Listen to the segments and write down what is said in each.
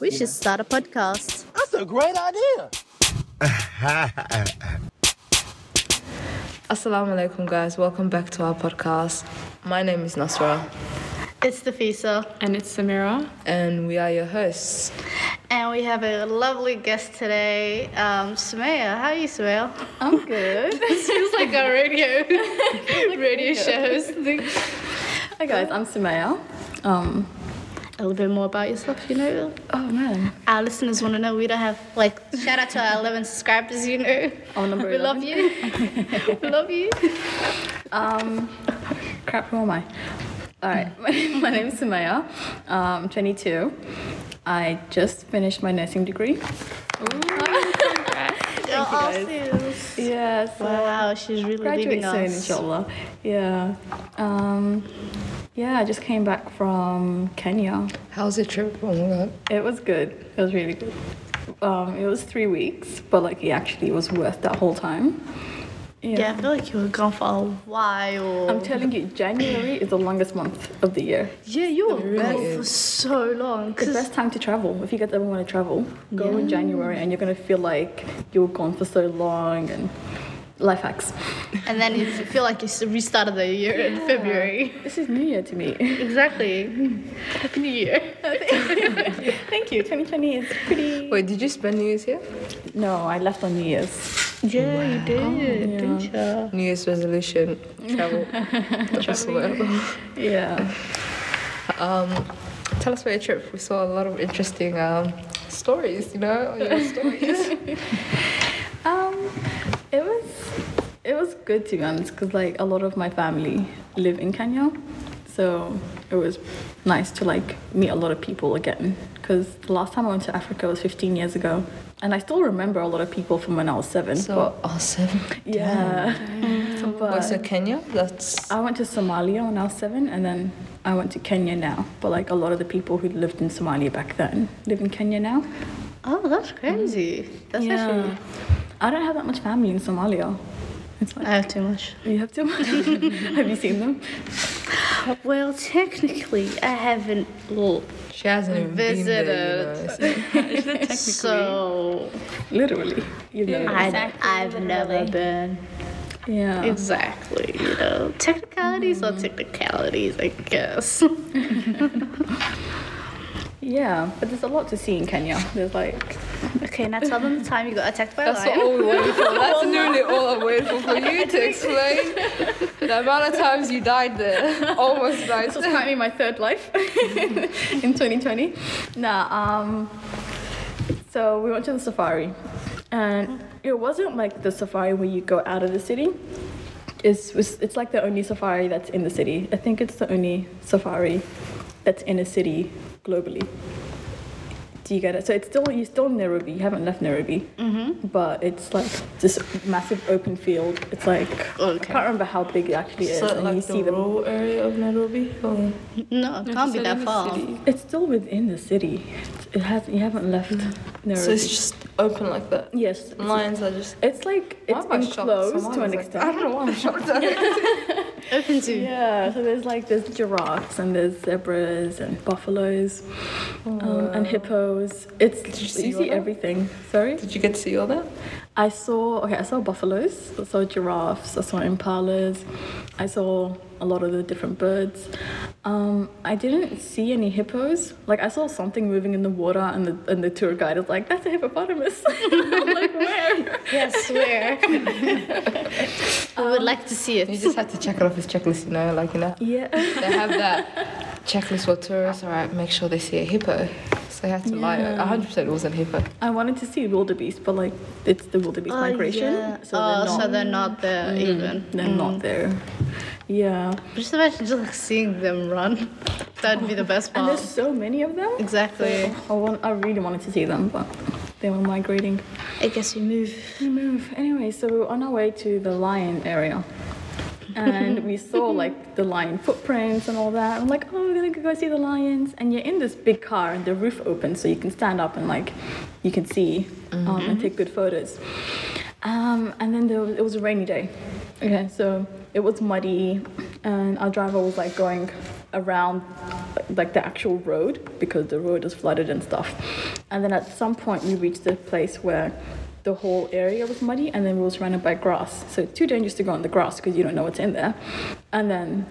We should start a podcast. That's a great idea. Assalamu alaikum, guys. Welcome back to our podcast. My name is Nasra, It's the FISA, And it's Samira. and we are your hosts. and we have a lovely guest today, um, Sumaya. How are you, Sumaya? I'm good. this feels like our radio, radio shows. Thing. Hi guys, I'm Samaya. Um, A little bit more about yourself, you know. oh man. Our listeners want to know. We don't have like shout out to our 11 subscribers, you know. Oh, number we 11. love you. we love you. Um, crap, who am I? Alright, my, my name's Samaya. Um, 22. I just finished my nursing degree. You're all serious. Yes. Wow, she's really graduate leaving soon, us. inshallah. Yeah. Um, yeah, I just came back from Kenya. How's your trip? Oh my god. It was good. It was really good. Um, it was three weeks, but like it actually was worth that whole time. Yeah, I feel like you were gone for a while. I'm telling you, January is the longest month of the year. yeah, you were gone really for so long. It's the 'cause- best time to travel. If you guys ever want to travel, go in January and you're going to feel like you were gone for so long and life hacks. and then you feel like it's the restart of the year in February. This is new year to me. Exactly. Happy New Year. Thank you. 2020 is pretty. Wait, did you spend New Year's here? No, I left on New Year's. Yeah, you did, didn't you? New Year's resolution travel. Whatsoever. Yeah. um, tell us about your trip. We saw a lot of interesting um, stories. You know, your stories. Um, it was it was good to be honest because like a lot of my family live in Kenya, so it was nice to like meet a lot of people again. Because the last time I went to Africa was 15 years ago, and I still remember a lot of people from when I was seven. so awesome. but yeah, but What's in Kenya? That's I went to Somalia when I was seven, and then I went to Kenya now. But like a lot of the people who lived in Somalia back then live in Kenya now. Oh, that's crazy. That's actually. I don't have that much family in Somalia. It's like I have too much. You have to. have you seen them? Well, technically, I haven't. Well, she hasn't even been there, you know, so- so Literally. You've never. I, I've never been. Yeah. Oh. Exactly. You know, technicalities are technicalities, I guess. yeah. But there's a lot to see in Kenya. There's like. okay, now tell them the time you got attacked by a That's lion. all we waited for. That's nearly all I'm waiting for you to explain the amount of times you died there. Almost died. This was might be my third life in 2020. Nah. Um. So we went to the safari, and it wasn't like the safari where you go out of the city. It's was- it's like the only safari that's in the city. I think it's the only safari that's in a city globally. Do you get it? So it's still you're still in Nairobi. You haven't left Nairobi, mm-hmm. but it's like this massive open field. It's like I Okay. can't remember how big it actually is, and you see them. rural area of Nairobi? Oh. Or? No, it can't be that far. It's still within the city. It has you haven't left Nairobi. Mm. So it's just open like that. yes. Lions are just. It's like Why it's am I shocked? enclosed to Somalia's an like- I extent. don't know why I'm shocked. Open to Yeah, so there's like there's giraffes and there's zebras and buffaloes um, and hippos. It's Oh, Did you, you see all see that? everything. Sorry, Did you get to see all that? I saw okay. I saw buffaloes. I saw giraffes. I saw impalas. I saw a lot of the different birds. Um, I didn't see any hippos. Like I saw something moving in the water, and the and the tour guide was like, "That's a hippopotamus." I'm like where? Yes, where? I would like to see You it. just have to check it off his checklist, you know, like, you know. Yeah. They have that checklist for tourists, alright, make sure they see a hippo. So they had to lie. Yeah. 100% it was a hippo. I wanted to see wildebeest, but like it's the wildebeest migration, so oh, they're not. Mm, so they're not there even. Mm. they're not there. Yeah. Just imagine just like seeing them run. That'd be the best And part. there's so many of them. Exactly. I want. I really wanted to see them, but they were migrating. I guess we move. We move. Anyway, so we were on our way to the lion area. and we saw like the lion footprints and all that. I'm like, oh, we're gonna go see the lions. And you're in this big car and the roof opens so you can stand up and like you can see um, and take good photos. Um, and then there was, it was a rainy day. Okay, so it was muddy and our driver was like going around like the actual road because the road was flooded and stuff. And then at some point we reached the place where the whole area was muddy and then we were surrounded by grass. So too dangerous to go on the grass because you don't know what's in there. And then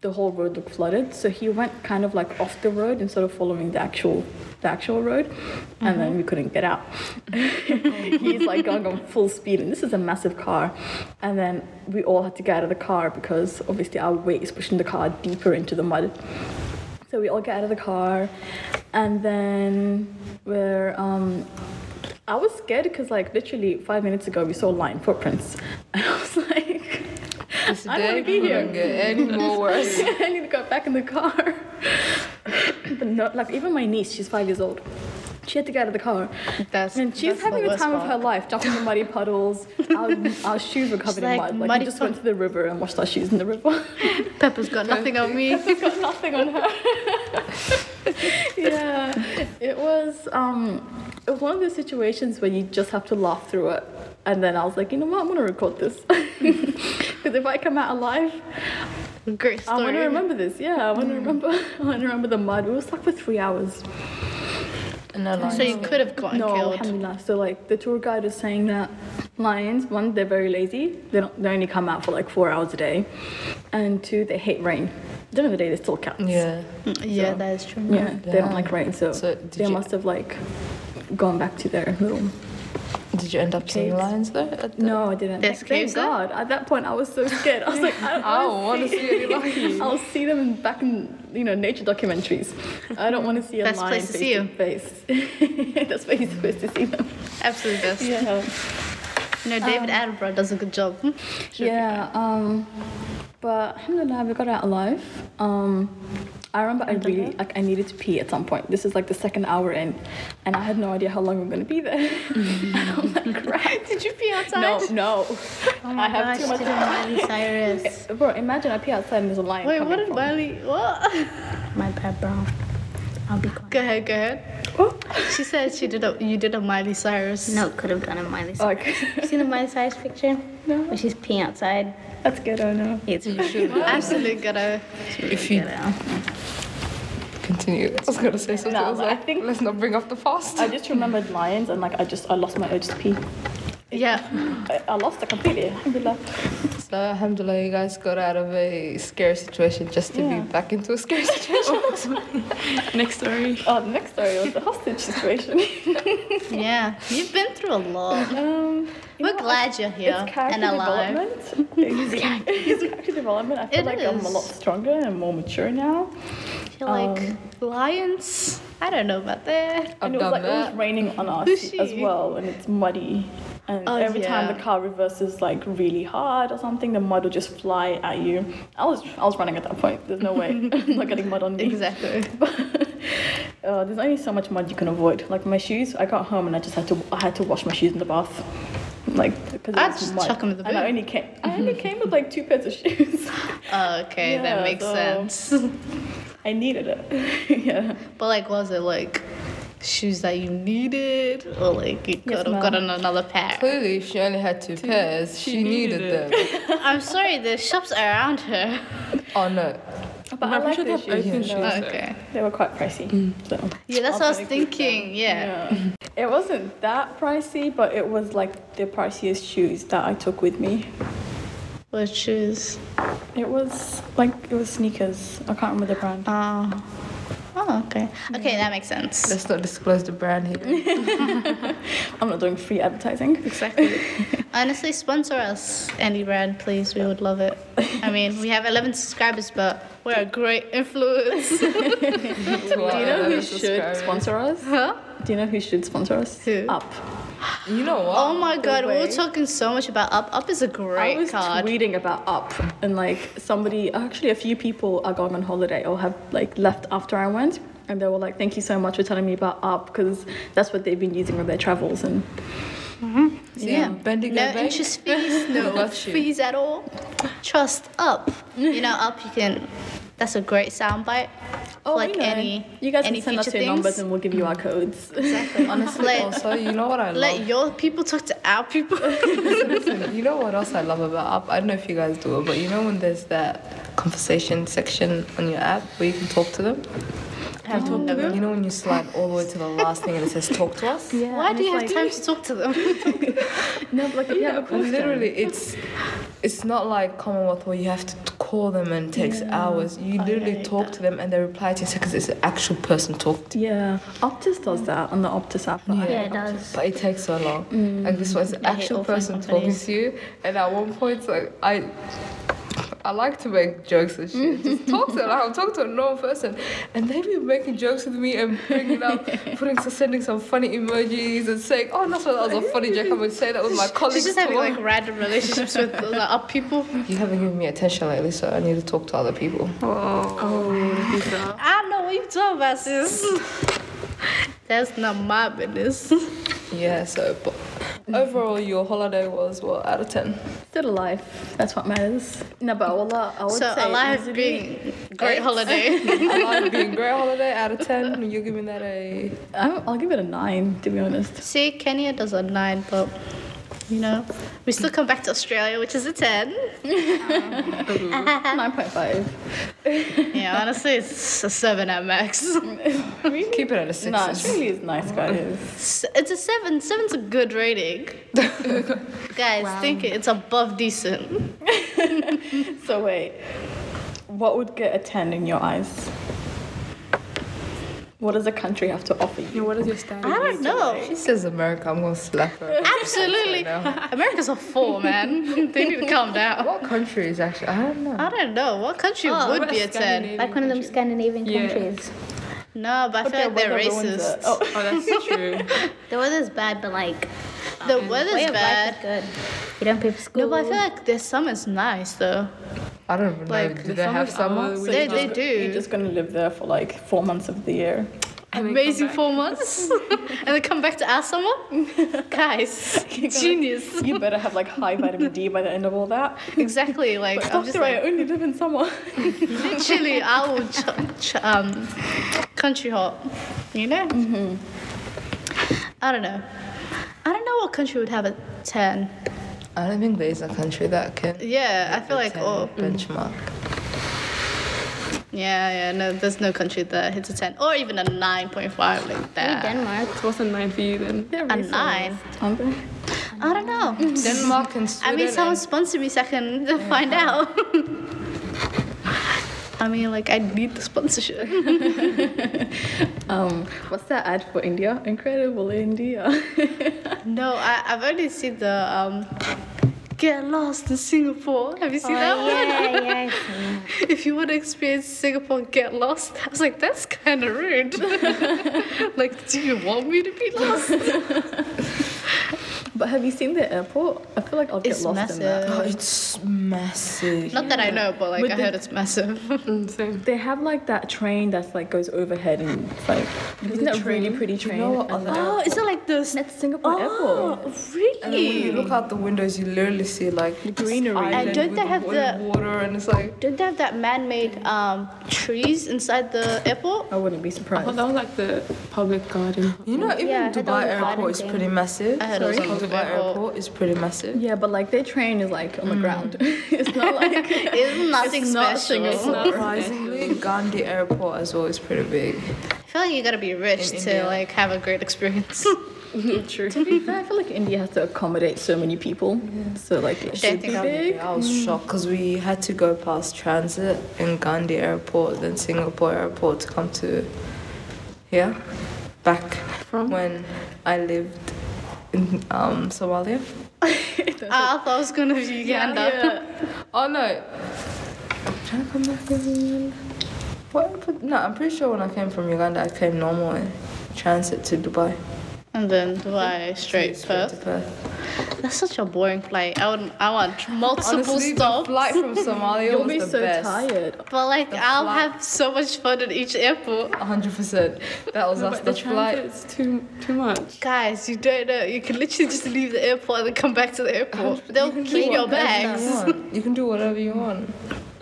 the whole road looked flooded. So he went kind of like off the road instead of following the actual the actual road, and then we couldn't get out. He's like going on full speed, and this is a massive car. And then we all had to get out of the car because obviously our weight is pushing the car deeper into the mud. So we all get out of the car, and then we're um, I was scared because, like, literally five minutes ago, we saw lion footprints, and I was like, This I don't day want to be couldn't here. get any more worse. I need to go back in the car. but not like even my niece, she's five years old. She had to get out of the car. That's- and she's that's having the the worst time of her part. life, jumping in muddy puddles. Our, our shoes were covered She's in like, mud. Like "Muddy we just went to the river and washed our shoes in the river. Pepper's got nothing on me. She's got nothing on her. yeah, it was um, it was one of those situations where you just have to laugh through it. And then I was like, you know what, I'm gonna record this because if I come out alive, Great I want to story. remember this. Yeah, I want to remember. I want to remember the mud. We were stuck for three hours. And I So you could have gotten no, killed. alhamdulillah. So like the tour guide is saying that lions, one, they're very lazy. They don't. They only come out for like four hours a day, and two, they hate rain. At the end of the day, they're still cats. Yeah. Mm, Yeah, that is true. Yeah, they don't like rain, so, So did they you- must have like gone back to their little. Did you end up seeing Caves. lions there? At the... No, I didn't. There's Thank caves there? God. At that point, I was so scared. I was like, I don't I don't want to see any lions. Hmm. I'll see them in- back in you know nature documentaries. I don't want to see a Best lion place to face see to face. That's where you're supposed to see them. Absolute best. Yeah. Um, No, David Attenborough does a good job. yeah. Um, but alhamdulillah, we got out alive. Um, I remember I really like I needed to pee at some point. This is like the second hour in, and I had no idea how long I'm gonna be there. and I'm like, crap. Did you pee outside? No, no. Oh my I have gosh, too much. didn't Miley Cyrus. Bro, imagine I pee outside and there's a lion. Wait, coming what did from- Miley? What? My bad, bro. I'll be quiet. Go ahead, go ahead. Oh. She said she did a you did a Miley Cyrus. No, could have done a Miley Cyrus. Like, You seen the Miley Cyrus picture? No. Where she's peeing outside. that's good. I know. It's Absolute ghetto. If you continue, I was gonna say something. No, I was but I like, think- let's not bring up the past. I just remembered lions and like I just I lost my urge to pee. Yeah. I, I lost it completely. Alhamdulillah. So uh, alhamdulillah, you guys got out of a scary situation just to be Yeah. back into a scary situation. Next story. Oh, the next story was the hostage situation. Yeah. You've been through a lot. Um, you We're know, glad you're It's here character and alive. development. it's character development. I feel It like I'm a is. lot stronger and more mature now. You're like Um, lions. I don't know about that. I've and it was done like it was that. raining on us Who's as she? well, and it's muddy. And Oh, every yeah. time the car reverses like really hard or something, the mud will just fly at you. I was I was running at that point. There's no way I'm not getting mud on me. Exactly. uh, there's only so much mud you can avoid. Like my shoes, I got home and I just had to I had to wash my shoes in the bath. Like because I'd just chuck 'em in the And I bin. only came I only came with like two pairs of shoes. Oh, Okay, Yeah, that makes so- sense. I needed it. yeah. But like, was it like shoes that you needed, or like you could have ma'am. gotten another pair? Clearly, she only had two, pairs. She, needed, needed them. I'm sorry, the shops are around her. oh no. But No, I we like should those have shoes. Mm. open though. shoes. That's it. Okay. They were quite pricey. So Yeah, that's what I was thinking. Yeah. yeah. It wasn't that pricey, but it was like the priciest shoes that I took with me. What shoes? It was like it was sneakers. I can't remember the brand. Oh. Oh, okay. Okay, that makes sense. Let's not disclose the brand here. I'm not doing free advertising. Exactly. Honestly, sponsor us, any brand, please. We would love it. I mean, we have 11 subscribers, but we're a great influence. Do Do you know who should sponsor us? huh? Do you know who should sponsor us? Who? Up. You know what? Oh my god, we were way. talking so much about Up. Up is a I great was card. tweeting about Up and like somebody, actually a few people are going on holiday or have like left after I went. And they were like, thank you so much for telling me about Up because that's what they've been using with their travels. And See, Yeah. Bendigo no Bank. interest fees, no Got you. fees at all. Trust Up. You know, Up, you can. That's a great soundbite. for Oh, we Oh, like know. any you guys any can send us future your things. numbers and we'll give you our codes. Exactly. Honestly, let, also, you know what I love? let your people talk to our people. Listen, you know what else I love about Up? I don't know if you guys do it, but you know when there's that conversation section on your app where you can talk to them. I've never. You know when you slide all the way to the last thing and it says talk to us? Yeah. Why do you have time to talk to them? No, but like if you have a question. Literally, it's it's not like Commonwealth where you have to call them and it takes hours. You literally hate talk to them and they reply to you because it's an actual person talk to. Yeah, Optus does that on the Optus app. but I- Yeah, it does. But it takes so long. Like this one's an I hate actual all phone person talking companies. to you, and at one point, it's like I. I like to make jokes and shit. Just talk to them. I'll talk to a normal person, and they've been making jokes with me and bringing up, putting, sending some funny emojis and saying, "Oh, that's what that was a funny joke." I would say that with my colleagues. She's just having tomorrow." like random relationships with the up people. You haven't given me attention lately, so I need to talk to other people. I know what you're talking about, sis. That's not my business. Yeah, so but overall, your holiday was what out of ten? Still alive. That's what matters. No, but Allah, I would So say alive easily- being great holiday. I like it being great holiday out of ten. You're giving that a I- I'll give it a nine, to be honest. See, Kenya does a nine, but you know, we still come back to Australia, which is a ten. Nine point five. Yeah, honestly, it's a seven at max. keep it at a six. No, it really is nice, guys. S- It's a seven. Seven's a good rating. Guys, think it. It's above decent. so wait, what would get a ten in your eyes? What does a country have to offer you? What is your standard? I don't know. She says America. I'm gonna slap her. Absolutely. America's a four, man. they need to calm down. What country is actually? I don't know. I don't know. What country Oh, would what be a a 10? Like one of them Scandinavian Yeah. countries. No, but I feel like they're racist. Oh, Oh, that's true. The weather's bad, but like the way weather's of life is bad. good. You don't pay for school. No, but I feel like their summer's nice, though. I don't even know. Like, uh, Do they have summer? hours- They, they you're do. just gonna live there for like four months of the year. And then come Amazing back. four months. and then come back to our summer? Guys, genius. You better have like high vitamin D by the end of all that. Exactly. Like, I'm After just like, I only live in summer. literally, I will ch- ch- um, country hop, you know? Mm-hmm. I don't know. I don't know what country would have a 10. I don't think there's a country that can. Yeah, I feel like, 10 oh, benchmark. Yeah, yeah, no, there's no country that hits a 10 or even a 9.5 like Maybe that. Denmark. So what's a nine for you then? They're A racist, 9. aren't they? I don't know. Denmark and Sweden. I mean, someone and- sponsor me so I can find out. I mean, like, I need the sponsorship. Um, what's that ad for India? Incredible India. No, I, I've only seen the um, Get Lost in Singapore. Have you seen that one? yeah, yeah. I see. If you want to experience Singapore, get lost. I was like, that's kind of rude. like, do you want me to be lost? but have you seen the airport? I feel like I'll get It's lost in that. massive. Oh, it's massive. Not that I know, but like, With I the- heard it's massive. Mm, same. They have like that train that's like goes overhead and it's like isn't that really pretty train? know what And other- Oh, is it like the That's Singapore Ah! airport. And then when you really? look out the windows, you literally see like the greenery. And don't they have the- water and it's like Don't they have that man-made um, trees inside the airport? I wouldn't be I thought surprised. that was like the public garden. you know even I heard that Dubai was a garden airport is thing. pretty massive. I heard it was Sorry? on the Dubai airport. airport is pretty massive. Yeah, but like their train is like on the ground. it's not like It's nothing not special. Singapore. Surprisingly, Gandhi Airport as well is pretty big. I feel like you gotta be rich In to India. like have a great experience. true. to be fair, I feel like India has to accommodate so many people. So like it should be think I'll be big. I was shocked because we had to go past transit in Gandhi Airport, then Singapore Airport to come to here, back From? when I lived in um, Somalia. Ah, I thought I was gonna be Uganda. Oh no. Trying to come back in Uganda. What happened? No, I'm pretty sure when I came from Uganda, I came normal transit to Dubai. And then Dubai, straight Perth. to Perth. That's such a boring flight. I would, I want multiple Honestly, the stops. flight from Somalia You'll was be the so best. tired. But like, I'll flight- have so much fun at each airport. hundred percent. That was No, us. but the The flight. transit's too too much. Guys, you don't know. You can literally just leave the airport and then come back to the airport. They'll Oh, You can do clean your whatever you bags. want. You can do whatever you want.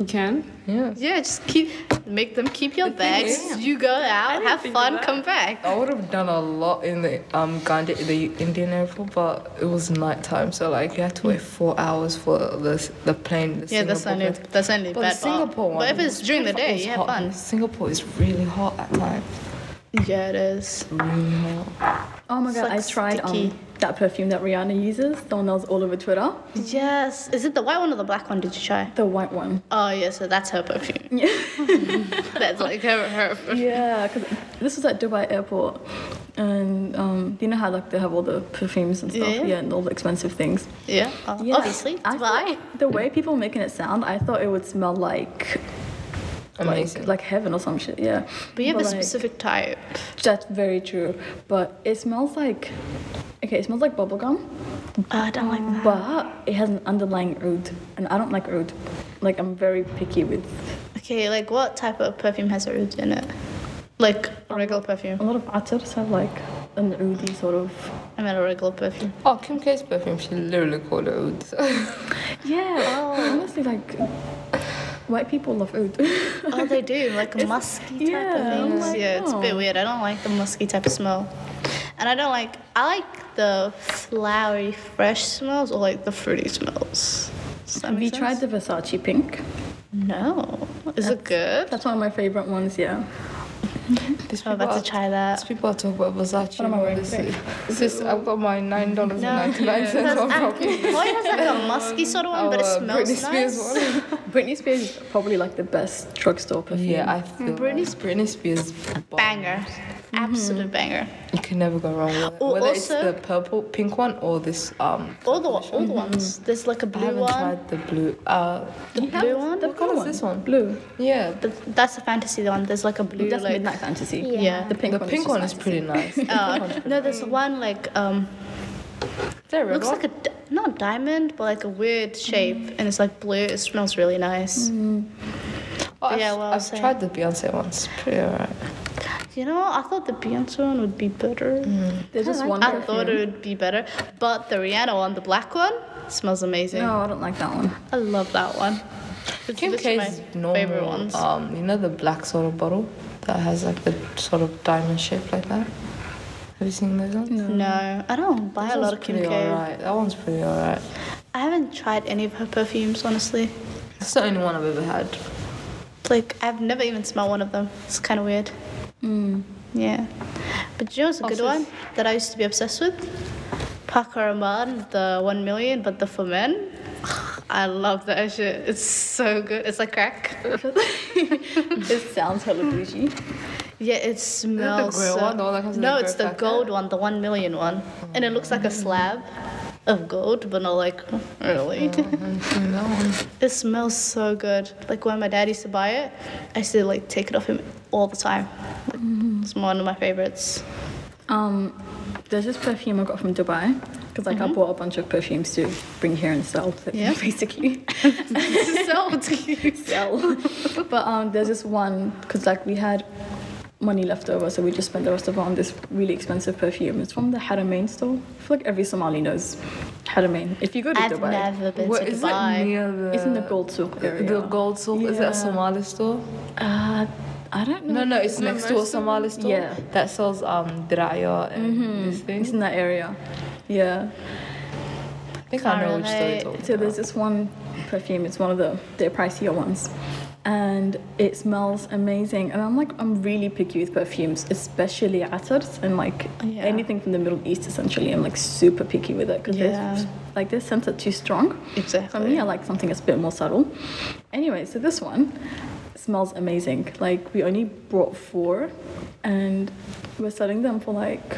You can? Yeah. Yeah, just keep make them keep your bags. You go out, have fun, come back. I would have done a lot in the um Gandhi, the Indian airport, but it was nighttime, so like you had to wait four hours for the the plane. The Yeah, that's Singapore only plane. that's only But the bad part. Singapore one. But if it's during the Singapore day, is you have hot. fun. Singapore is really hot at times. Yeah, it is. Really hot. Oh my It's god, like I tried um, sticky. that perfume that Rihanna uses, the one that was all over Twitter, Yes, is it the white one or the black one? Did you try? the white one. Oh yeah, so that's her perfume. Yeah. That's like her, her perfume. Yeah, because this was at Dubai airport, and um, you know how like they have all the perfumes and stuff, Yeah. yeah, and all the expensive things. Yeah, uh, Yeah, obviously. I Why? thought- The way people making it sound, I thought it would smell like Amazing. like, like heaven or some shit. Yeah, But you have a like, specific type. That's very true, but it smells like okay, it smells like bubblegum, Oh, I don't like that. but it has an underlying oud, and I don't like oud. Like I'm very picky with Okay, like what type of perfume has oud in it? Like a regular perfume. a lot of atirs have like an oudy sort of I meant a regular perfume. Oh, Kim K's perfume, she literally called it oud. yeah. Honestly, like white people love oud. Oh, they do like a musky type yeah, of I'm things. like, oh. yeah, it's a bit no. weird. I don't like the musky type of smell, and I don't like. I like the flowery, fresh smells or like the fruity smells. Does that Have you make tried sense? the Versace pink? No. Is it good? That's one of my favorite ones. Yeah. These I'm people about are- to try These that. people are talking about Versace. am I wearing? This is, this is, I've got my nine dollars and ninety nine cents Because on I- top. Why has like a musky sort of one, but it Oh, Our smells Britney Spears nice? one. Britney Spears is probably like the best drugstore perfume. Yeah, I feel Britney like Britney Spears bomb. Banger, absolute banger. You can never go wrong with it. Oh, Whether also- it's the purple, pink one, or this um. All the all the ones. There's like a I blue haven't one. tried the blue. Uh, The blue one. what color is this one? Blue. Yeah, But that's the fantasy one. There's like a blue. That's like, Midnight Fantasy. Yeah. Yeah. The pink the one. pink is one just is nice. pretty nice. Uh, no, there's one like um. There, red looks one. like a di- not diamond, but like a weird shape, and it's like blue. It smells really nice. Mm. Oh, I've, yeah, well, I've same. tried the Beyonce one. It's pretty alright. You know, I thought the Beyonce one would be better. Mm. There's just one. I thought it would be better, but the Rihanna one, the black one, smells amazing. No, I don't like that one. I love that one. It's Kim literally K's my normal, favorite ones. um, you know the black sort of bottle that has like the sort of diamond shape like that. Have you seen those ones? no, I don't buy That a lot one's of Kim pretty K. alright. That one's pretty alright. I haven't tried any of her perfumes, honestly. That's the only one I've ever had. Like I've never even smelled one of them. It's kind of weird. Yeah. But you know what's a good Also- one that I used to be obsessed with? Paco Rabanne, the one million, but the for men. I love that shit. It's so good. It's like crack. It sounds hella bougie. Yeah, it smells. grey so- one, the one that comes in no, the it's grey the packet? gold one, the one million one, and it looks like a slab of gold, but not like Oh, really. It smells so good. Like when my dad used to buy it, I used to like take it off him all the time. Like, It's one of my favorites. Um, there's this perfume I got from Dubai because like I bought a bunch of perfumes to bring here and sell. Yeah. Basically. so it's- sell. but um, there's this one because like we had money left over, so we just spent the rest of it on this really expensive perfume. It's from the Haramain store. I feel like every Somali knows Haramain. If you go to I've Dubai, never been What to is it Dubai. near the? it's in the gold souk area. The gold store is it a Yeah. Somali store? Uh, I don't know. No, no, it's next to a Somali store. Yeah. that sells um diraya and these It's things. in that area. Yeah. I think I know which store Alright. you're talking So there's about. this one perfume. It's one of the the pricier ones, and it smells amazing. And I'm like, I'm really picky with perfumes, especially atars and like Yeah. anything from the Middle East. Essentially, I'm like super picky with it because Yeah. like their scents are too strong. For Exactly. me, I like something that's a bit more subtle. Anyway, so this one smells amazing. Like we only brought four, and we're selling them for like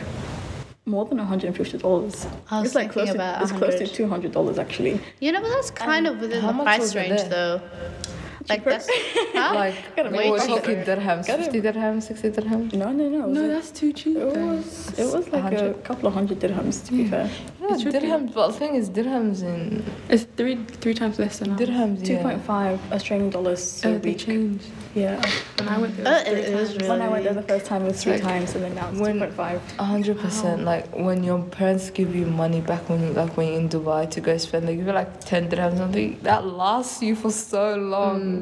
more than $150. I was it's thinking like close about to, it's close to 100. $200 actually. You know, but that's kind of within how the much price was it range, there? though. Like that's huh? Like Gotta we wait were for talking it. dirhams, fifty dirhams, sixty dirhams. No, no, no. it was No, like- that's too cheap. it then. was it was like a 100. couple of hundred dirhams to be fair. No, dirhams. But the thing is, dirhams in It's three three times less than ours. dirhams. Two Yeah. point five Australian dollars a Uh, they week. changed. Yeah. When I went there, Uh, it was it is really. When I went there the first time it was three Like, times and then now it's when- two point five. A hundred percent. Like when your parents give you money back when like when you're in Dubai to go spend, they give you like ten dirhams or something. That lasts you for so long. in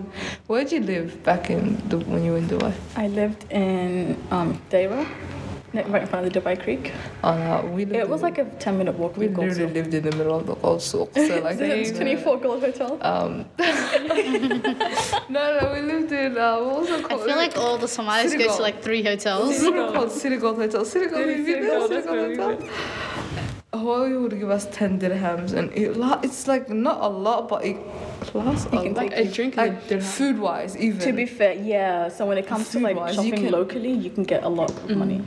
where did you live back in the, when you were in Dubai? I lived in um, Deira, like, right in front of the Dubai Creek. Oh no, we lived It was in- like a 10 minute walk we from Gold literally Souk. lived in the middle of the old souk. So like The uh, 24 Gold Hotel. Um, no, no, we lived in uh, what was it I called? feel like all the Somalis go Senegal. to like three hotels. City Gold. called City Gold Hotel. City Gold, City we've been there, Gold, City that's where we Gold Hotel. Huawei would give us 10 dirhams and it, la- it's like not a lot, but it lasts a lot. Like a drink Like like, dirham. food wise, even. To be fair, yeah. So when it comes to like Food-wise, you shopping can- locally, you can get a lot of money.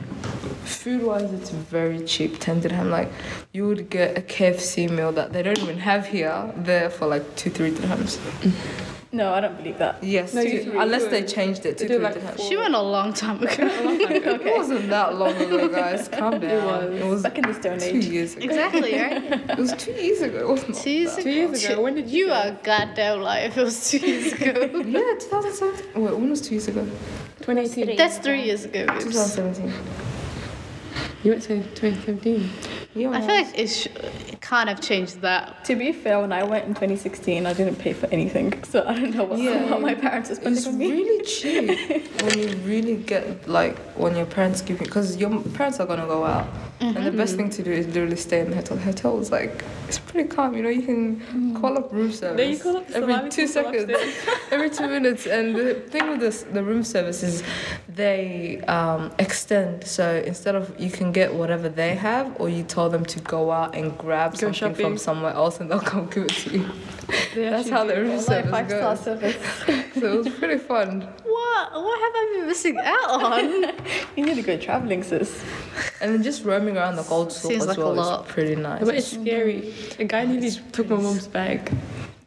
food wise, it's very cheap. 10 dirham. Like you would get a KFC meal that they don't even have here there for like 2 3 dirhams. No, I don't believe that. Yes, No, two- you- you unless do they it. changed it to They 3 do like dirhams. She went a long time ago. It wasn't that long ago, guys. Calm down. It was, Back in the Stone two Age. years ago. exactly, right? It was two years ago. It wasn't Two years ago. Two years ago, when did You you are goddamn liar. It was two years ago. Yeah, 2017. Wait, when was two years ago? 2018. That's three years ago. babes. 2017. You went to 2015. Yeah, I feel like it, sh- it can't have changed that. To be fair, when I went in 2016, I didn't pay for anything, so I don't know what, Yeah. what my parents are spending it's on me. really cheap when you really get like when your parents give you because your parents are gonna go out. And the best Mm-hmm. thing to do is literally stay in the hotel. Hotel is like it's pretty calm, you know. You can call up room service Then Mm. you call up every Somali two people seconds, every two minutes. And the thing with this, the room service is they um, extend. So instead of you can get whatever they have, or you tell them to go out and grab Go something from shopping. somewhere else, and they'll come give it to you. They That's actually how the do. room Like service five star goes. service. So it was pretty fun. What? What have I been missing out on? You need to go traveling, sis. And then just roaming around the gold souk Seems as like a well lot. is pretty nice. But it's scary. A guy nearly took my mom's bag.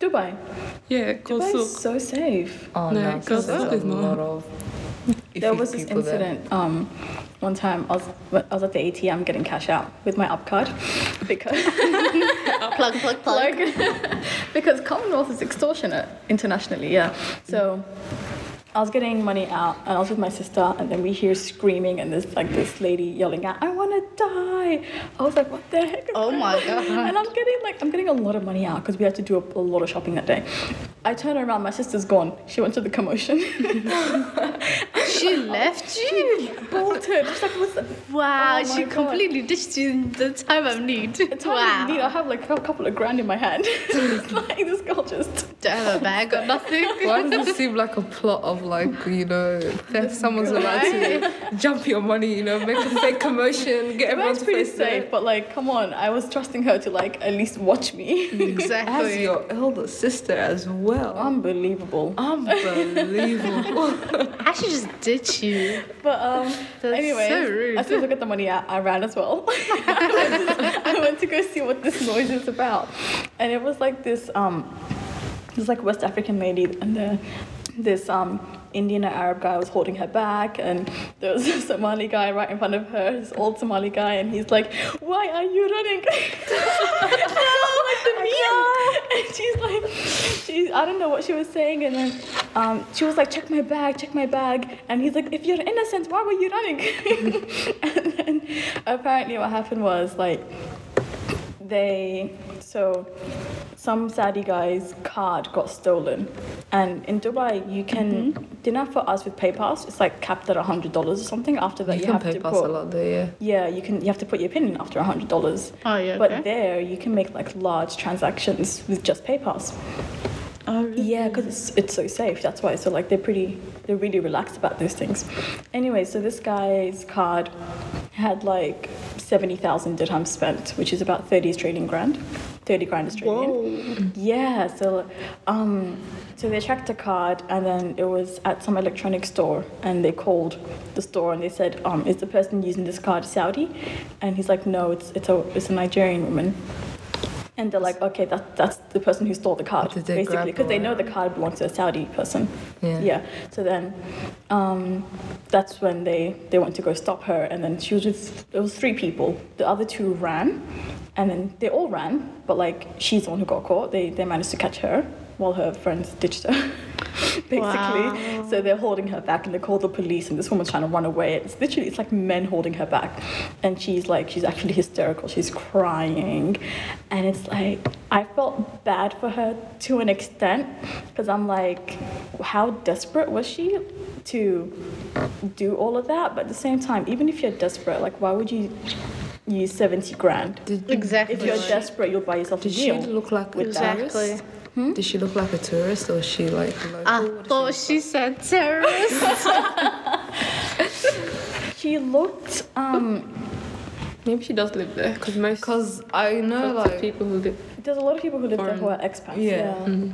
Dubai. Yeah, Gold Dubai is Souk. so safe. oh No, no, 'cause Gold there's Souk a is not. lot of there iffy was this people there. incident um, one time. I was I was at the ATM getting cash out with my up card because. plug, plug, plug. Like, because Commonwealth is extortionate internationally, yeah. So I was getting money out and I was with my sister and then we hear screaming and there's like this lady yelling out, I wanna die. I was like, what the heck? is Oh going my on?" God. And I'm getting like I'm getting a lot of money out because we had to do a, a lot of shopping that day. I turn around, my sister's gone. She went to the commotion. She left you. Bolted. She's like, what's Wow, Oh my she God. completely ditched you in the time of need. wow. wow. I have like a couple of grand in my hand. It's like this girl just Don't have a bag or nothing. Why does it seem like a plot of like you know theft? Someone's allowed to jump your money, you know, make a fake commotion, get everyone That's to pretty face their- safe, but like, come on, I was trusting her to like at least watch me. As exactly. your elder sister as well. Um, Unbelievable. Unbelievable. I should just ditch you. But um, That's anyway, so rude. as soon as I got the money out, I ran as well. I went to go see what this noise is about, and it was like this um, this like West African lady, and then this um. Indian and Arab guy was holding her back, and there was a Somali guy right in front of her, this old Somali guy, and he's like, Why are you running? And I was like, "The meme." And she's like, she's, I don't know what she was saying. And then um, she was like, check my bag, check my bag. And he's like, if you're innocent, why were you running? and then apparently what happened was like, they, so some Saudi guy's card got stolen. And in Dubai, you can, Mm-hmm. dinner for us with PayPass, it's like capped at $100 or something. After that, you you, can have pay to pass put, a lot there, yeah. yeah, you can. You have to put your pin in after hundred dollars. Oh, yeah, okay. But there, you can make like large transactions with just PayPal. Oh, really? Yeah, because it's, it's so safe. That's why. So like they're pretty, they're really relaxed about those things. Anyway, so this guy's card had like seventy thousand dirhams spent, which is about thirty Australian grand, thirty grand Australian. Yeah. So, um, so they checked the card, and then it was at some electronic store, and they called the store, and they said, um, "Is the person using this card Saudi?" And he's like, "No, it's it's a it's a Nigerian woman." And they're like, "Okay, that that's the person who stole the card, Did they grab basically, because they or- know the card belongs to a Saudi person." Yeah. So then, um, that's when they they went to go stop her, and then she was with it was three people. The other two ran, and then they all ran, but like she's the one who got caught. They they managed to catch her while her friends ditched her. Basically, so they're holding her back, and they call the police. And this woman's trying to run away. It's literally it's like men holding her back, and she's like she's actually hysterical. She's crying, and it's like I felt bad for her to an extent because I'm like, how desperate was she to do all of that? But at the same time, even if you're desperate, like why would you use seventy grand? Exactly. If you're desperate, you'll buy yourself a Did she meal. look like a Exactly. tourist? Hmm? Did she look like a tourist or was she like Ah. a local? I thought she said terrorist. She looked um Maybe she does live there because most Because I know lots of oh, like, people who live. there's a lot of people who live there who are expats. Yeah. Mm-hmm.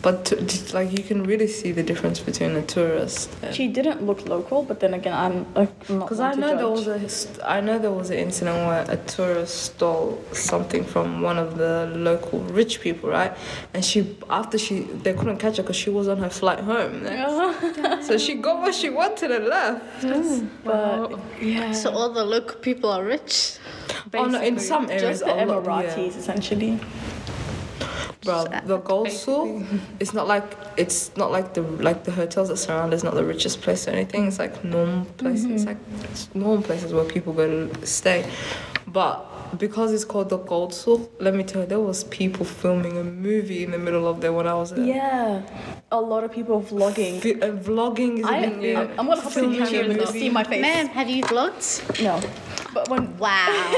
but to, just, like you can really see the difference between a tourist. She didn't look local, but then again, I'm, uh, I'm not. Because one I to know there was judge. a hist- I know there was an incident where a tourist stole something from one of the local rich people, right? And she after she they couldn't catch her because she was on her flight home. next. so she got what she wanted and left. But so all the local people are rich. Oh no, in some areas, just the a lot- yeah. Emiratis, essentially. Bro, the Gosu, it's not like it's not like the like the hotels that surround. It's not the richest place or anything. It's like normal places, like Mm-hmm. it's normal places where people go to stay. But because it's called the Gosu, let me tell you, there was people filming a movie in the middle of there when I was there. Yeah, a lot of people vlogging. Vi- and vlogging is a I, big deal. I'm, I'm gonna hop on Filming a YouTube and you'll movie. see my face. Ma'am, have you vlogged? No, but when Wow.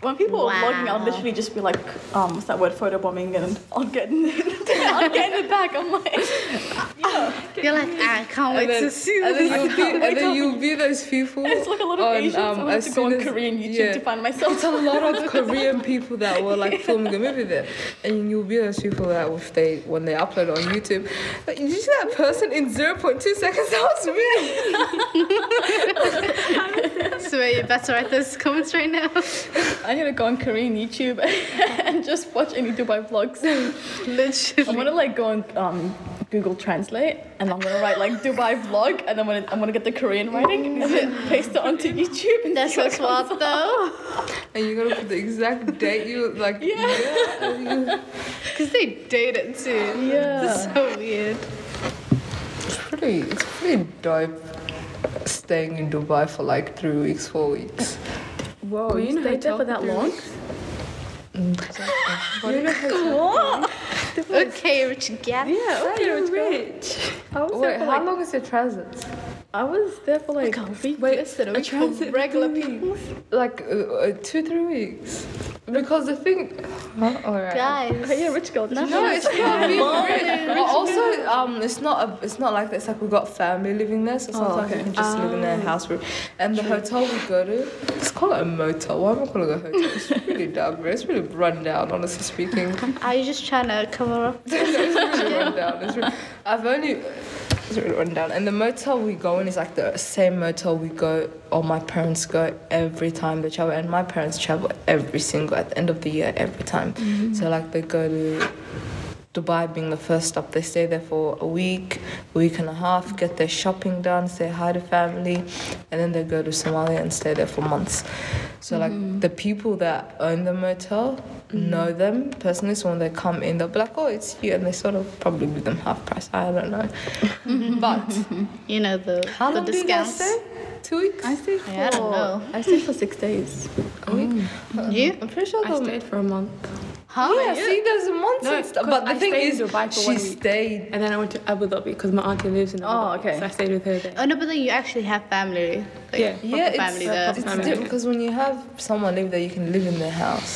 when people are vlogging, I'll Wow. literally just be like, um, what's that word, photobombing, and I'll get in, I'll get in the back. I'm like, You're like, I can't wait And then, to see and this. then you'll be, and then you'll be those people. it's like a lot of on, Asians. um, I wanted as to go on soon as- Korean YouTube yeah. to find myself. It's a lot of Korean people that were like filming a movie there, and you'll be those people that if they when they upload on YouTube, like you see that person in zero point two seconds. That was me. So you better write those comments right now. I'm gonna go on Korean YouTube and just watch any Dubai vlogs. I'm Literally. gonna like go on um, Google Translate and I'm gonna write like Dubai vlog and I'm gonna I'm gonna get the Korean writing and then paste it onto YouTube and That's see what what's what though. And you're gonna put the exact date you like. Yeah. and you- Because they dated too. comes- Yeah. It's so weird. It's pretty. It's pretty dope. Staying in Dubai for like three weeks, four weeks. Whoa, you in a stayed there for that long? Okay, Richard Gap. Yeah, okay, let's go. I was there Wait, for how like long is your transit? I was there for like Wait, it's a week for regular people. Like uh, uh, two, three weeks. Because the thing. Huh? All right. Guys. Hey, yeah, rich girl. did you No, know? it's not being rich. But also, um, it's not a, it's not like that. It's like we got family living there, so sometimes we can just live in their house room. And the hotel we go to, let's call it a motel. Why am I calling it a hotel? It's really dumb. bro. It's really run down. Honestly speaking, Are you just trying to cover up? it's really run down. It's really, I've only. It's really run down. And the motel we go in is like the same motel we go, or my parents go every time they travel. And my parents travel every single, at the end of the year, every time. So, like, they go to Dubai being the first stop. They stay there for a week, week and a half, get their shopping done, say hi to family, and then they go to Somalia and stay there for months. So Mm-hmm. like the people that own the motel know them personally. So when they come in, they'll be like, "Oh, it's you," and they sort of probably give them half price. I don't know, but You know, the, how the long do you guys discounts. stay? Two weeks. I stayed for Yeah, I don't know. I stayed for six days. a week. You? I'm pretty sure I they. stayed for a month, Huh? Yeah, see, there's a month No, and stuff. 'cause But the I thing stayed in is, Dubai for she one week. stayed. and then I went to Abu Dhabi because my auntie lives in Abu Oh, Dhabi, okay. so I stayed with her there. Oh no, but then you actually have family. Like, Yeah. proper Yeah, it's, family there. proper it's Family. different because when you have someone live there, you can live in their house.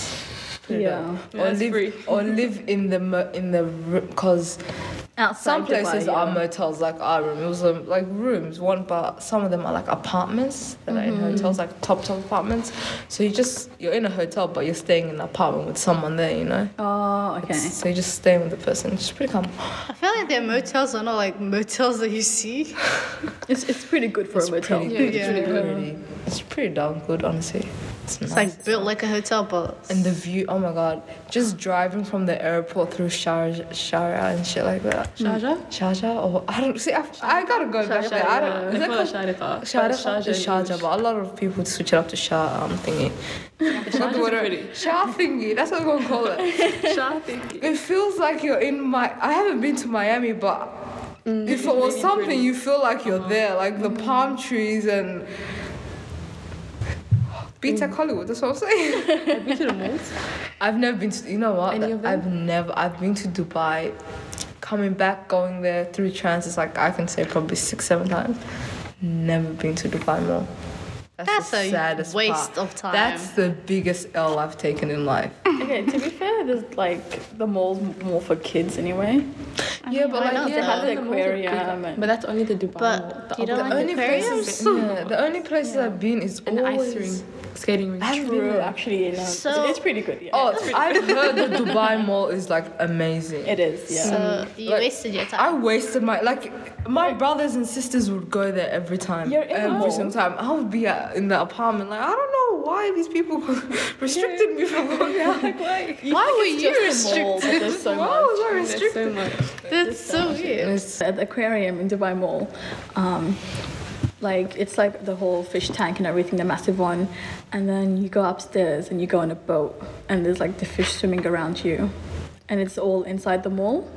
Pretty Yeah. much. Yeah, or it's live free. or live in the mo- in the because Outside some places Dubai, are yeah. motels like our room. It was um, like rooms, one but some of them are like apartments that are in hotels, like top top apartments. So you just you're in a hotel, but you're staying in an apartment with someone there, you know. Oh, okay. So you just staying with the person. It's pretty calm. I feel like their motels are not like motels that you see. It's it's pretty good for a motel. Pretty, Yeah, It's yeah. pretty, pretty- it's pretty darn good, honestly. It's like built like a hotel, but And the view, oh my god, just driving from the airport through Sharjah, Sharjah and shit like that. Sharjah? Sharjah or I don't see. I, I gotta go back there. I don't. They is that call called- it Sharjah. Sharjah, Sharjah Sharjah, in English. but a lot of people switch it up to Shah um, thingy. Not the Sharjah's word- pretty. Shah thingy, that's what I'm gonna call it. Sharjah thingy. It feels like you're in my. I haven't been to Miami, but Mm. if it was something, you feel like you're there, like the palm trees and. Beats like Hollywood, that's what I'm saying. Have you been to the malls? I've never been to, you know what? Any of them? I've never, I've been to Dubai. Coming back, going there through transits, like I can say probably six, seven times. Never been to Dubai mall. That's a waste of time. That's the biggest L I've taken in life. Okay, to be fair, there's like the mall's more for kids anyway. yeah, but why not, like They though? yeah, have the the malls are aquarium and But that's only the Dubai mall. but The you don't other- like only places, aquariums. yeah, the only places I've been is And the ice always- ring. Skating ring. I haven't been true, there. actually, you know, it's- So- it's pretty good. Yeah, Oh, I've heard the Dubai mall is like amazing. it is. Yeah. So you Like, wasted your I time. wasted my like my brothers and sisters would go there every time. You're in the every mall. single time. I would be at, in the apartment like I don't know why these people restricted me from going out. Like, why? Why were you Mall, but there's so Why much. was I There's so restricted? much. That's so weird. It's- at the aquarium in Dubai Mall. Um, like it's like the whole fish tank and everything, the massive one, and then you go upstairs and you go on a boat, and there's like the fish swimming around you, and it's all inside the mall.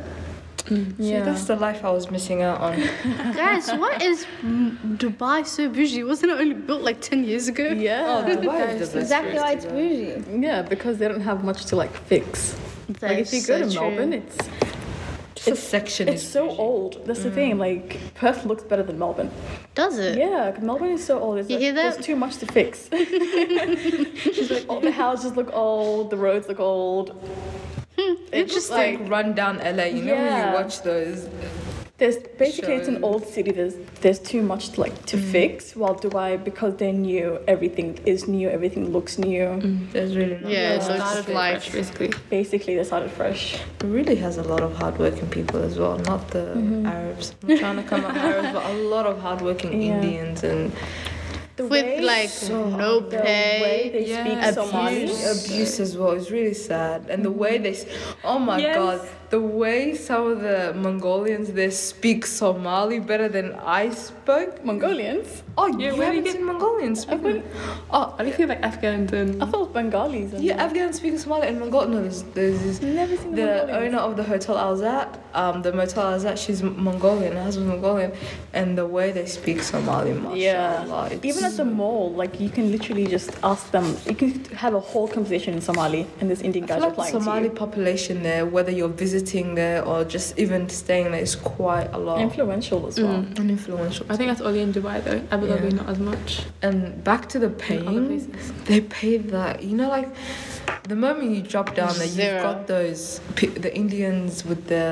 See, Yeah. that's the life I was missing out on. Guys, what is mm, Dubai so bougie? Wasn't it only built like 10 years ago? yeah, Dubai is the best Exactly why it's bougie. yeah, because they don't have much to like fix. That like is if you go so to true. Melbourne, it's Just the section it's is so bougie. old. That's the thing. Like Perth looks better than Melbourne. Does it? Yeah, Melbourne is so old. It's You like, hear that? There's too much to fix. She's like, all the houses look old, the roads look old. It's just Like like run down LA, you know when Yeah. you watch those. there's basically it's an old city. There's there's too much to, like Mm. to fix. While Dubai, because they're new, everything is new, everything looks new. Mm. There's really not. Yeah, it Started looks from like. scratch, basically. Basically, they started fresh. It really has a lot of hardworking people as well, not the Mm-hmm. Arabs. I'm not trying to come at Arabs, but a lot of hardworking Yeah. Indians and The With like no the way pay. they yeah, speak Somali. abuse, abuse as well. It's really sad, and the way they, s- oh my Yes. god, the way some of the Mongolians they speak Somali better than I spoke. Mongolians. Oh, Yeah, you where do you haven't get- seen Mongolians speaking? Oh, I think they're like Afghan I and thought it was Bengalis. and- yeah, Afghans speaking Somali and Mongol. No, there's, there's this. Never seen the the Mongolians. owner of the hotel I was at, um, the motel I was at, she's Mongolian, her husband's Mongolian, and the way they speak Somali, mashallah, Yeah. it's- Even at the mall, like you can literally just ask them. You can have a whole conversation in Somali, and this Indian I feel guy's like the replying Somali to population there, whether you're visiting there or just even staying there, is quite a you. lot Influential as well. and influential. I think that's only in Dubai though. Abu Dhabi Yeah. not as much. And back to the In other paying, places. they pay that. You know, like the moment you drop down there, Zero. you've got those pe- the Indians with the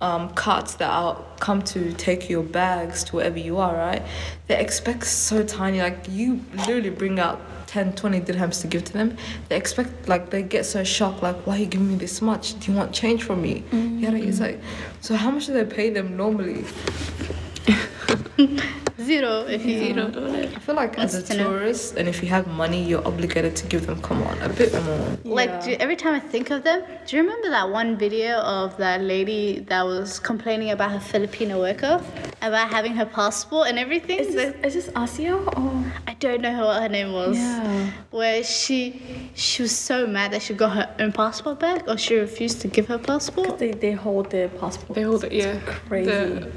um, carts that are come to take your bags to wherever you are. Right? They expect so tiny. Like you literally bring out. 10 20 dirhams to give to them they expect like they get so shocked like why are you giving me this much do you want change from me Yada, Mm. it's like so how much do they pay them normally Zero if you Zero dollars. I feel like as Wants a to know. tourist, and if you have money, you're obligated to give them. Come on, a bit more. Like do, every time I think of them, do you remember that one video of that lady that was complaining about her Filipino worker, about having her passport and everything? Is this, is this Asia or? I don't know what her name was. Where she she was so mad that she got her own passport back, or she refused to give her passport. They, they hold their passport. They hold it, yeah. crazy. The people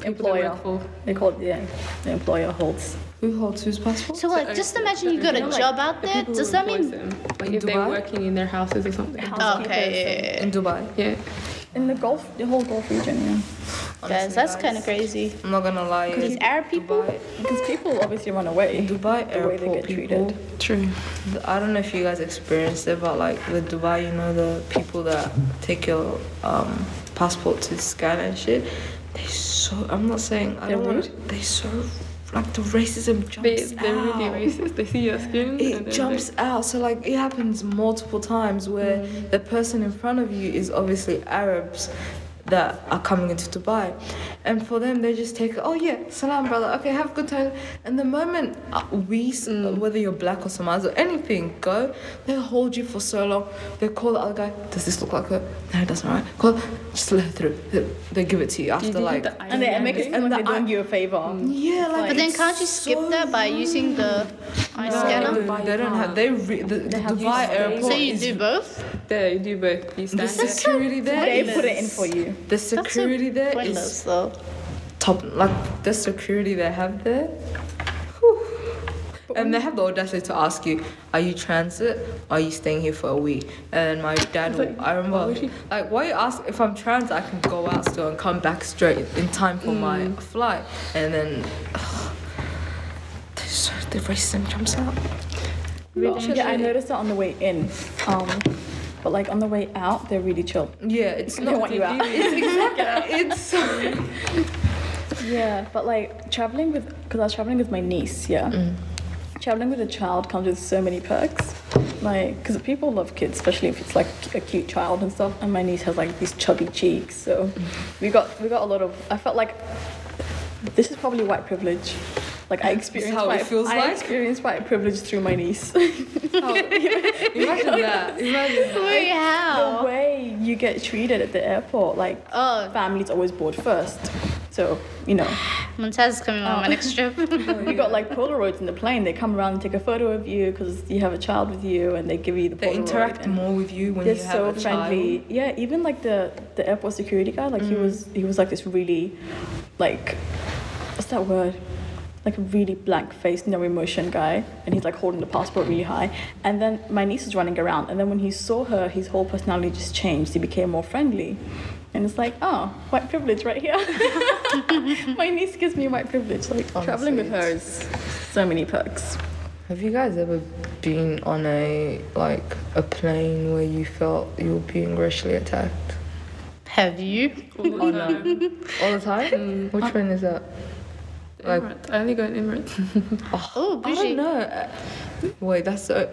they employer. work for. They call it, yeah, the employer holds. Who holds whose passport? So like, just imagine you got a job out The there. people Does who that employs mean? them. Like In if Dubai? they're working in their houses or something. Oh, Housekeepers okay, yeah, in Dubai. Yeah. In the Gulf, the whole Gulf region, yeah. yeah. guys, that's kind of crazy. I'm not gonna lie. These Arab people. Dubai, Because people obviously run away. Dubai The way airport they get people. treated. True. the- I don't know if you guys experienced it, but like the Dubai, you know, the people that take your um, passport to scan and shit. They so. I'm not saying. I They're don't want. to They so. Like the racism jumps They, they're really out. racist. They see your skin. and it they're jumps out. So like it Mm. happens multiple times where the person in front of you is obviously Arabs. that are coming into Dubai. And for them, they just take, oh yeah, salam brother, okay, have a good time. And the moment uh, we, s Mm. whether you're black or Somali or anything, go, they hold you for so long. They call the other guy, does this look like her? No, it doesn't, right? Call, just let her through. They, they give it to you after like, And Mm. they make it seem like And they're the doing you a favor. yeah, like. But then it's can't you skip so that by using the eye scanner? no, they don't have. They re, the, the Dubai airport So you is do both? Yeah, you do both. You the stand there. security there. They is- put it in for you. The security there Pointless is though. top. Like the security they have there. whew. And they have the audacity to ask you, "Are you transit? Are you staying here for a week?" And my dad, will- I remember, like, why you ask if I'm transit? I can go out still and come back straight in time for my Mm. flight. And then they're so the racism jumps out. Really yeah, I noticed that on the way in. Um, but like on the way out, they're really chill. Yeah, it's They not. want you out. It's exactly. It's Yeah, but like traveling with, because I was traveling with my niece, yeah. Traveling with a child comes with so many perks. Like, because people love kids, especially if it's like a cute child and stuff. And my niece has like these chubby cheeks, so we got we got a lot of. I felt like this is probably white privilege. Like I experienced how it white, feels I like? experienced white privilege through my niece. imagine that. Imagine. Wait, the how? way you get treated at the airport, like Oh, family's always board first. So, you know, Montez is coming on my next trip. you got like Polaroids in the plane. They come around and take a photo of you because you have a child with you and they give you the They Polaroid interact and more with you when They're you have so a friendly. child. Mm. Yeah, even like the, the airport security guy, like he was he was like this really like what's that word? Like a really blank faced, no emotion guy, and he's like holding the passport really high. And then my niece is running around, and then when he saw her, his whole personality just changed. He became more friendly, and it's like, oh, white privilege right here. my niece gives me white privilege. Like traveling with her is so many perks. Have you guys ever been on a like a plane where you felt you were being racially attacked Have you? All the time. all the time? Which one is that? Like- Emirates. I only go in Emirates. Oh, I don't bougie. know. Wait, that's a,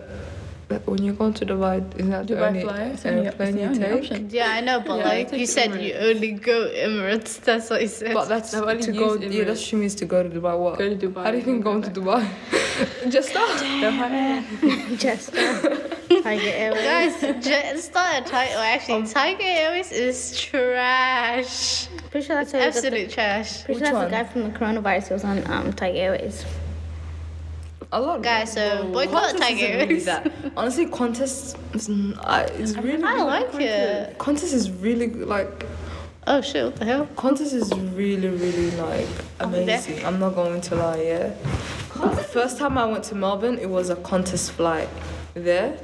that when you go to Dubai, isn't that the Dubai only fly? It's only- it's airplane the you only take? option. Yeah, I know, but Yeah, I like take you said, you only go Emirates. That's what you said. But that's I've only to go. used Yeah, that's Emirates. she means to go to Dubai. What? Go to Dubai. How do you think go going to back. Dubai? Just that. Just Tiger Airways. Guys, Jet- it's not a Tiger. Well, actually, Um, Tiger Airways is trash. pretty sure It's that's how we got the- absolute trash. Pretty Which sure that's one? the guy from the coronavirus who was on um, Tiger Airways. A lot. Guys, so boycott Contest Tiger isn't really Airways. that. Honestly, contests. is n- I- It's really. I like it. Contest is really like Oh shit, what the hell? Qantas is really, really like Okay. amazing. I'm not going to lie, yeah. The first time I went to Melbourne, it was a Qantas flight there,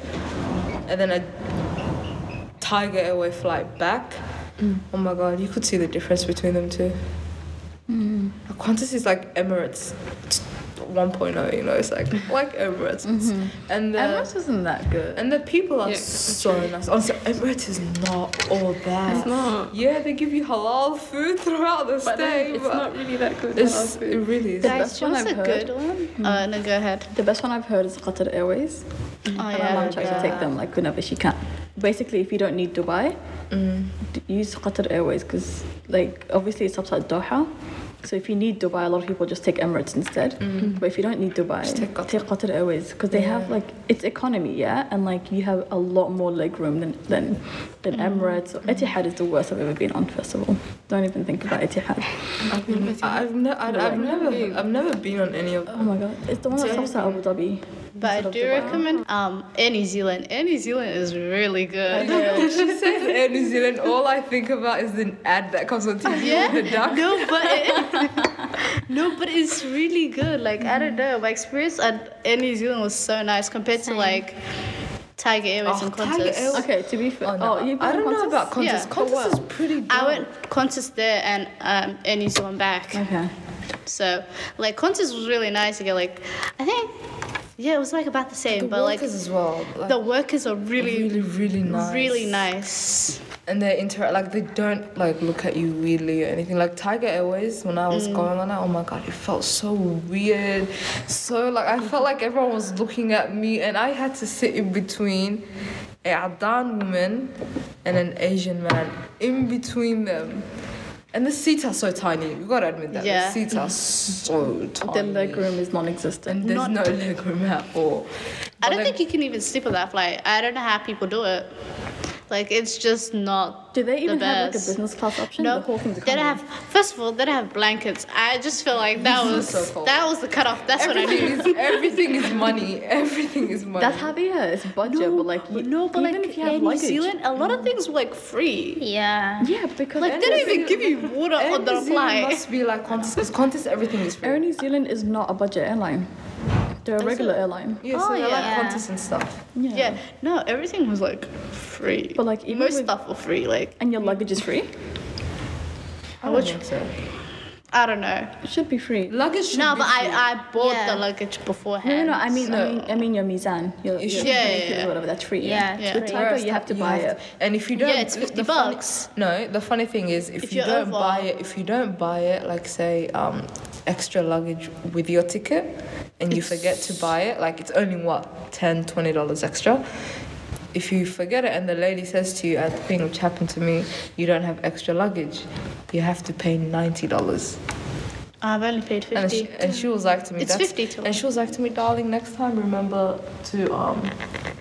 and then a Tiger Airway flight back. Oh my god, you could see the difference between them two. A Qantas is like Emirates t- 1.0, you know, it's like like Emirates, and uh, the Emirates isn't that good. and the people are Yeah, that's so nice. Honestly, Emirates is not all bad. It's not. Yeah, they give you halal food throughout the stay, But then it's but not really that good. it's- halal it food. really is. Guys, best one what's I've a heard. Mm. good one? Uh, no, go ahead. The best one I've heard is Qatar Airways. Oh And Mm. my mom yeah. tries to take them like whenever she can. Basically, if you don't need Dubai, Mm. d- use Qatar Airways because like obviously it stops at Doha. So if you need Dubai, a lot of people just take Emirates instead. But if you don't need Dubai, Just take Qatar. Airways because they have like it's economy, yeah, and like you have a lot more leg room than than, than Emirates. Etihad is the worst I've ever been on. First of all, don't even think about Etihad. I've, been, I've, ne- I've, I've never, I've never been on any of. Oh my god, it's the one that stops at Abu Dhabi. But I do recommend um Air New Zealand. Air New Zealand is really good. she says Air New Zealand. All I think about is the ad that comes on TV Yeah. with the duck. No, but it- no, but it's really good. Like I Mm. don't know, my experience at Air New Zealand was so nice compared to like Tiger Airways Oh, and Tiger Qantas. Airways. Okay, to be fair, oh, you've been I don't on know Qantas? about Qantas. Yeah. Qantas But is pretty. Dope. I went Qantas there and um, Air New Zealand back. Okay. So like Qantas was really nice. You get like I think Yeah, it was like about the same, The but like workers as well. Like, the workers are really, really, really nice. really nice. And they inter like they don't like look at you weirdly or anything. Like Tiger Airways, when I was Mm. going on it, oh my god, it felt so weird. So like I felt like everyone was looking at me, and I had to sit in between a Adan woman and an Asian man in between them. And the seats are so tiny. You gotta admit that Yeah. the seats are so tiny. The leg room is non-existent. and there's Not- no leg room at I all. But don't then- think you can even sleep on that flight. I don't know how people do it. Like it's just not. Do they even the have like a best. business class option? No, the whole thing's a they don't have. First of all, they don't have blankets. I just feel like that was so cold. that was the cutoff. That's what I Everything knew. is, everything is money. Everything is money. That's how they are. It's budget, but like you, no, but even like if you have in luggage. Mm. New Zealand, a lot of things were like free. Yeah. yeah, because Like they don't even give you water Air on the New Zealand flight. must be like Qantas because Qantas everything is free. Air New Zealand is not a budget airline. They're a regular airline. yeah, so Oh, they like yeah. Qantas and stuff. Yeah. Yeah, no, everything was like free. But, like, even most with- stuff for free. Like And your luggage is free? I Which- don't think so. I don't know. It should be free. Luggage should No, be but free. I I bought Yeah. the luggage No, no, beforehand. no. I mean, I mean, I mean your mizan. Your, It your should Yeah, ticket yeah, yeah. or whatever. That's free. Yeah, it's Yeah. With free. Tiger, you have to buy have it. to- And if you Yeah, don't, it's 50 the funny- bucks. no, the funny thing is, if, If you you're don't over- buy it, if you don't buy it, like say, um, extra luggage with your ticket, and you forget to buy it, like it's only what 10 dollars extra. If you forget it, and the lady says to you, I think which happened to me, you don't have extra luggage, you have to pay ninety dollars. I've only paid And she, fifty. and she was like to me, It's "That's-" 50 to And she was like to me, darling, next time remember to um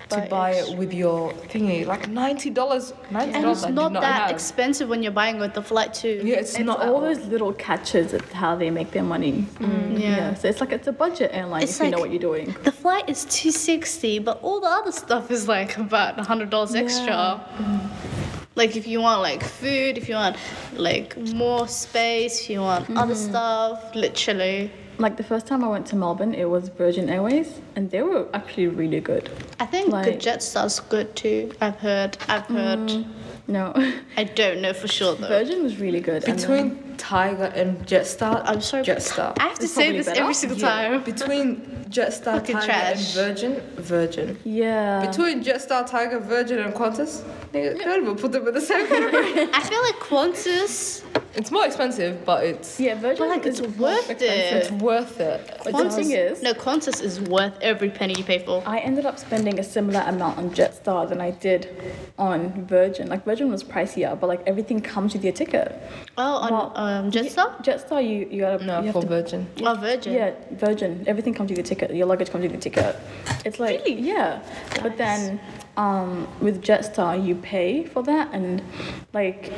to Buy buy it with your thingy, like ninety dollars. Ninety And dollars. it's not that have. expensive when you're buying with the flight too. Yeah, it's, It's not at all all. those little catches of how they make their money. Yeah. So it's like it's a budget airline Mm. It's if you know like- what you're doing. The flight is 260, but all the other stuff is like about $100 extra. Mm. Like if you want like food, if you want like more space, if you want other Mm-hmm. stuff, literally. Like the first time I went to Melbourne, it was Virgin Airways, and they were actually really good. I think Like- Mm. good Jetstar's good too. I've heard. I've heard. No, I don't know for sure though. Virgin was really good. and then- Between Tiger and Jetstar, I'm sorry. but Jetstar. I have to It's say probably this better. every single Yeah, time. Between Jetstar, Fucking Tiger, trash. and Virgin, Virgin. yeah. Between Jetstar, Tiger, Virgin, and Qantas, they don't even put them in the same category. I feel like Qantas. it's more expensive, but it's yeah, Virgin But, like, is it's more worth expensive. it. it's worth it. But the Qantas thing is, no Qantas is worth every penny you pay for. I ended up spending a similar amount on Jetstar than I did on Virgin. Like Virgin was pricier, but like everything comes with your ticket. Oh, on Well, um, Jetstar. Jetstar, you you gotta No, you have for to Virgin. Oh, Virgin. Yeah, Virgin. Everything comes with your ticket. Your luggage comes with your ticket. It's like Really? yeah, but then um, with Jetstar you pay for that, and like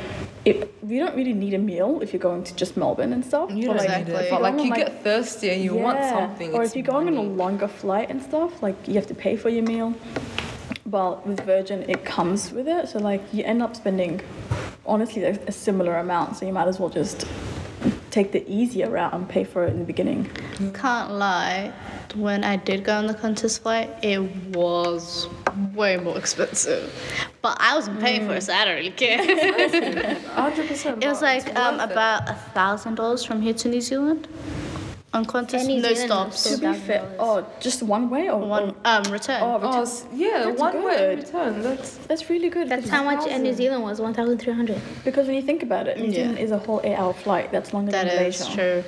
it, you don't really need a meal if you're going to just Melbourne and stuff. You But, don't like, need it, Exactly. but like If you you go on, get thirsty and you want yeah, something. or it's if you're going on a money. longer flight and stuff, like you have to pay for your meal. Well, with Virgin it comes with it, so like you end up spending honestly like, a similar amount. So you might as well just take the easier route and pay for it in the beginning. Can't lie, when I did go on the contest flight, it was way more expensive. But I wasn't paying for it, so I don't really care. 100%. it was but it's like um, worth it. about a thousand dollars from here to New Zealand on contest, Yeah, New no Zealand was stops. To be fair, oh, just one way or One or- um return. Oh, Oh, return. s- yeah, That's one way in good. return. That's that's really good. That's because- how much in New Zealand was 1,300. Because when you think about it, New Yeah. Zealand is a whole eight-hour flight. That's longer that than is Malaysia. true.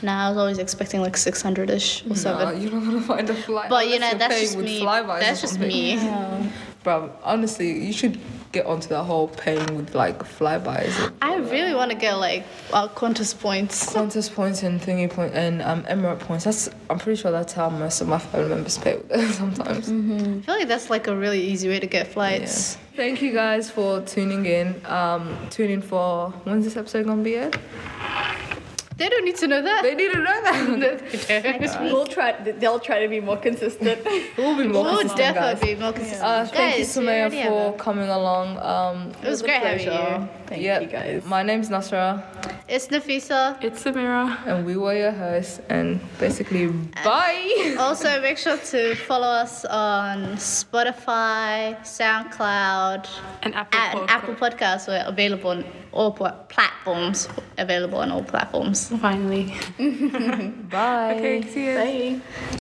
Nah, I was always expecting like six hundred ish or no, seven. you don't want to find a flight. But you unless know you're that's paying just with me. Flybys or That's just something. me. Yeah. Bro, honestly, you should get onto that whole paying with like flybys. I really want to get like uh, contest points. Qantas points and thingy point and um, Emirate points. That's I'm pretty sure that's how most of my family members pay with it sometimes. I feel like that's like a really easy way to get flights. Thank you guys for tuning in. Um, tune in for when's this episode gonna be at? They don't need to know that. They need to know that. We'll try. They'll try to be more consistent. we'll be more Oh, consistent, guys. definitely more consistent. Uh, thank Guys, you, we Sumaya, already have for coming along. Um, It was great having you. Thank yeah, you guys. My name's Nasra, a- It's Nafisa. It's Samira. and we were your hosts. And basically, bye. also, make sure to follow us on Spotify, SoundCloud, An Apple and Podcast. Apple Podcasts. We're available on all pla- platforms. Available on all platforms. Finally. Bye. Okay, see you. Bye.